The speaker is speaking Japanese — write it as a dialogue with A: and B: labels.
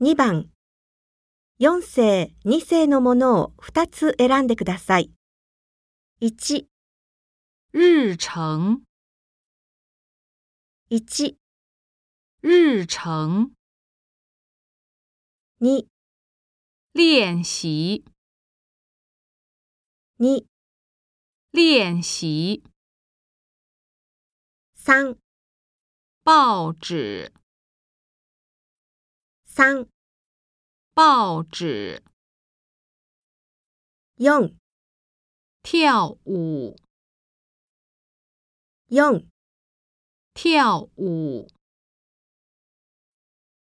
A: 2番、4世、2世のものを2つ選んでください。1、
B: 日程，
A: 1、
B: 日程，
A: 2、
B: 练习，
A: 2、
B: 练习，
A: 3、
B: 报纸，
A: 3、
B: 报纸，
A: 4、
B: 跳舞，
A: 4
B: 跳舞。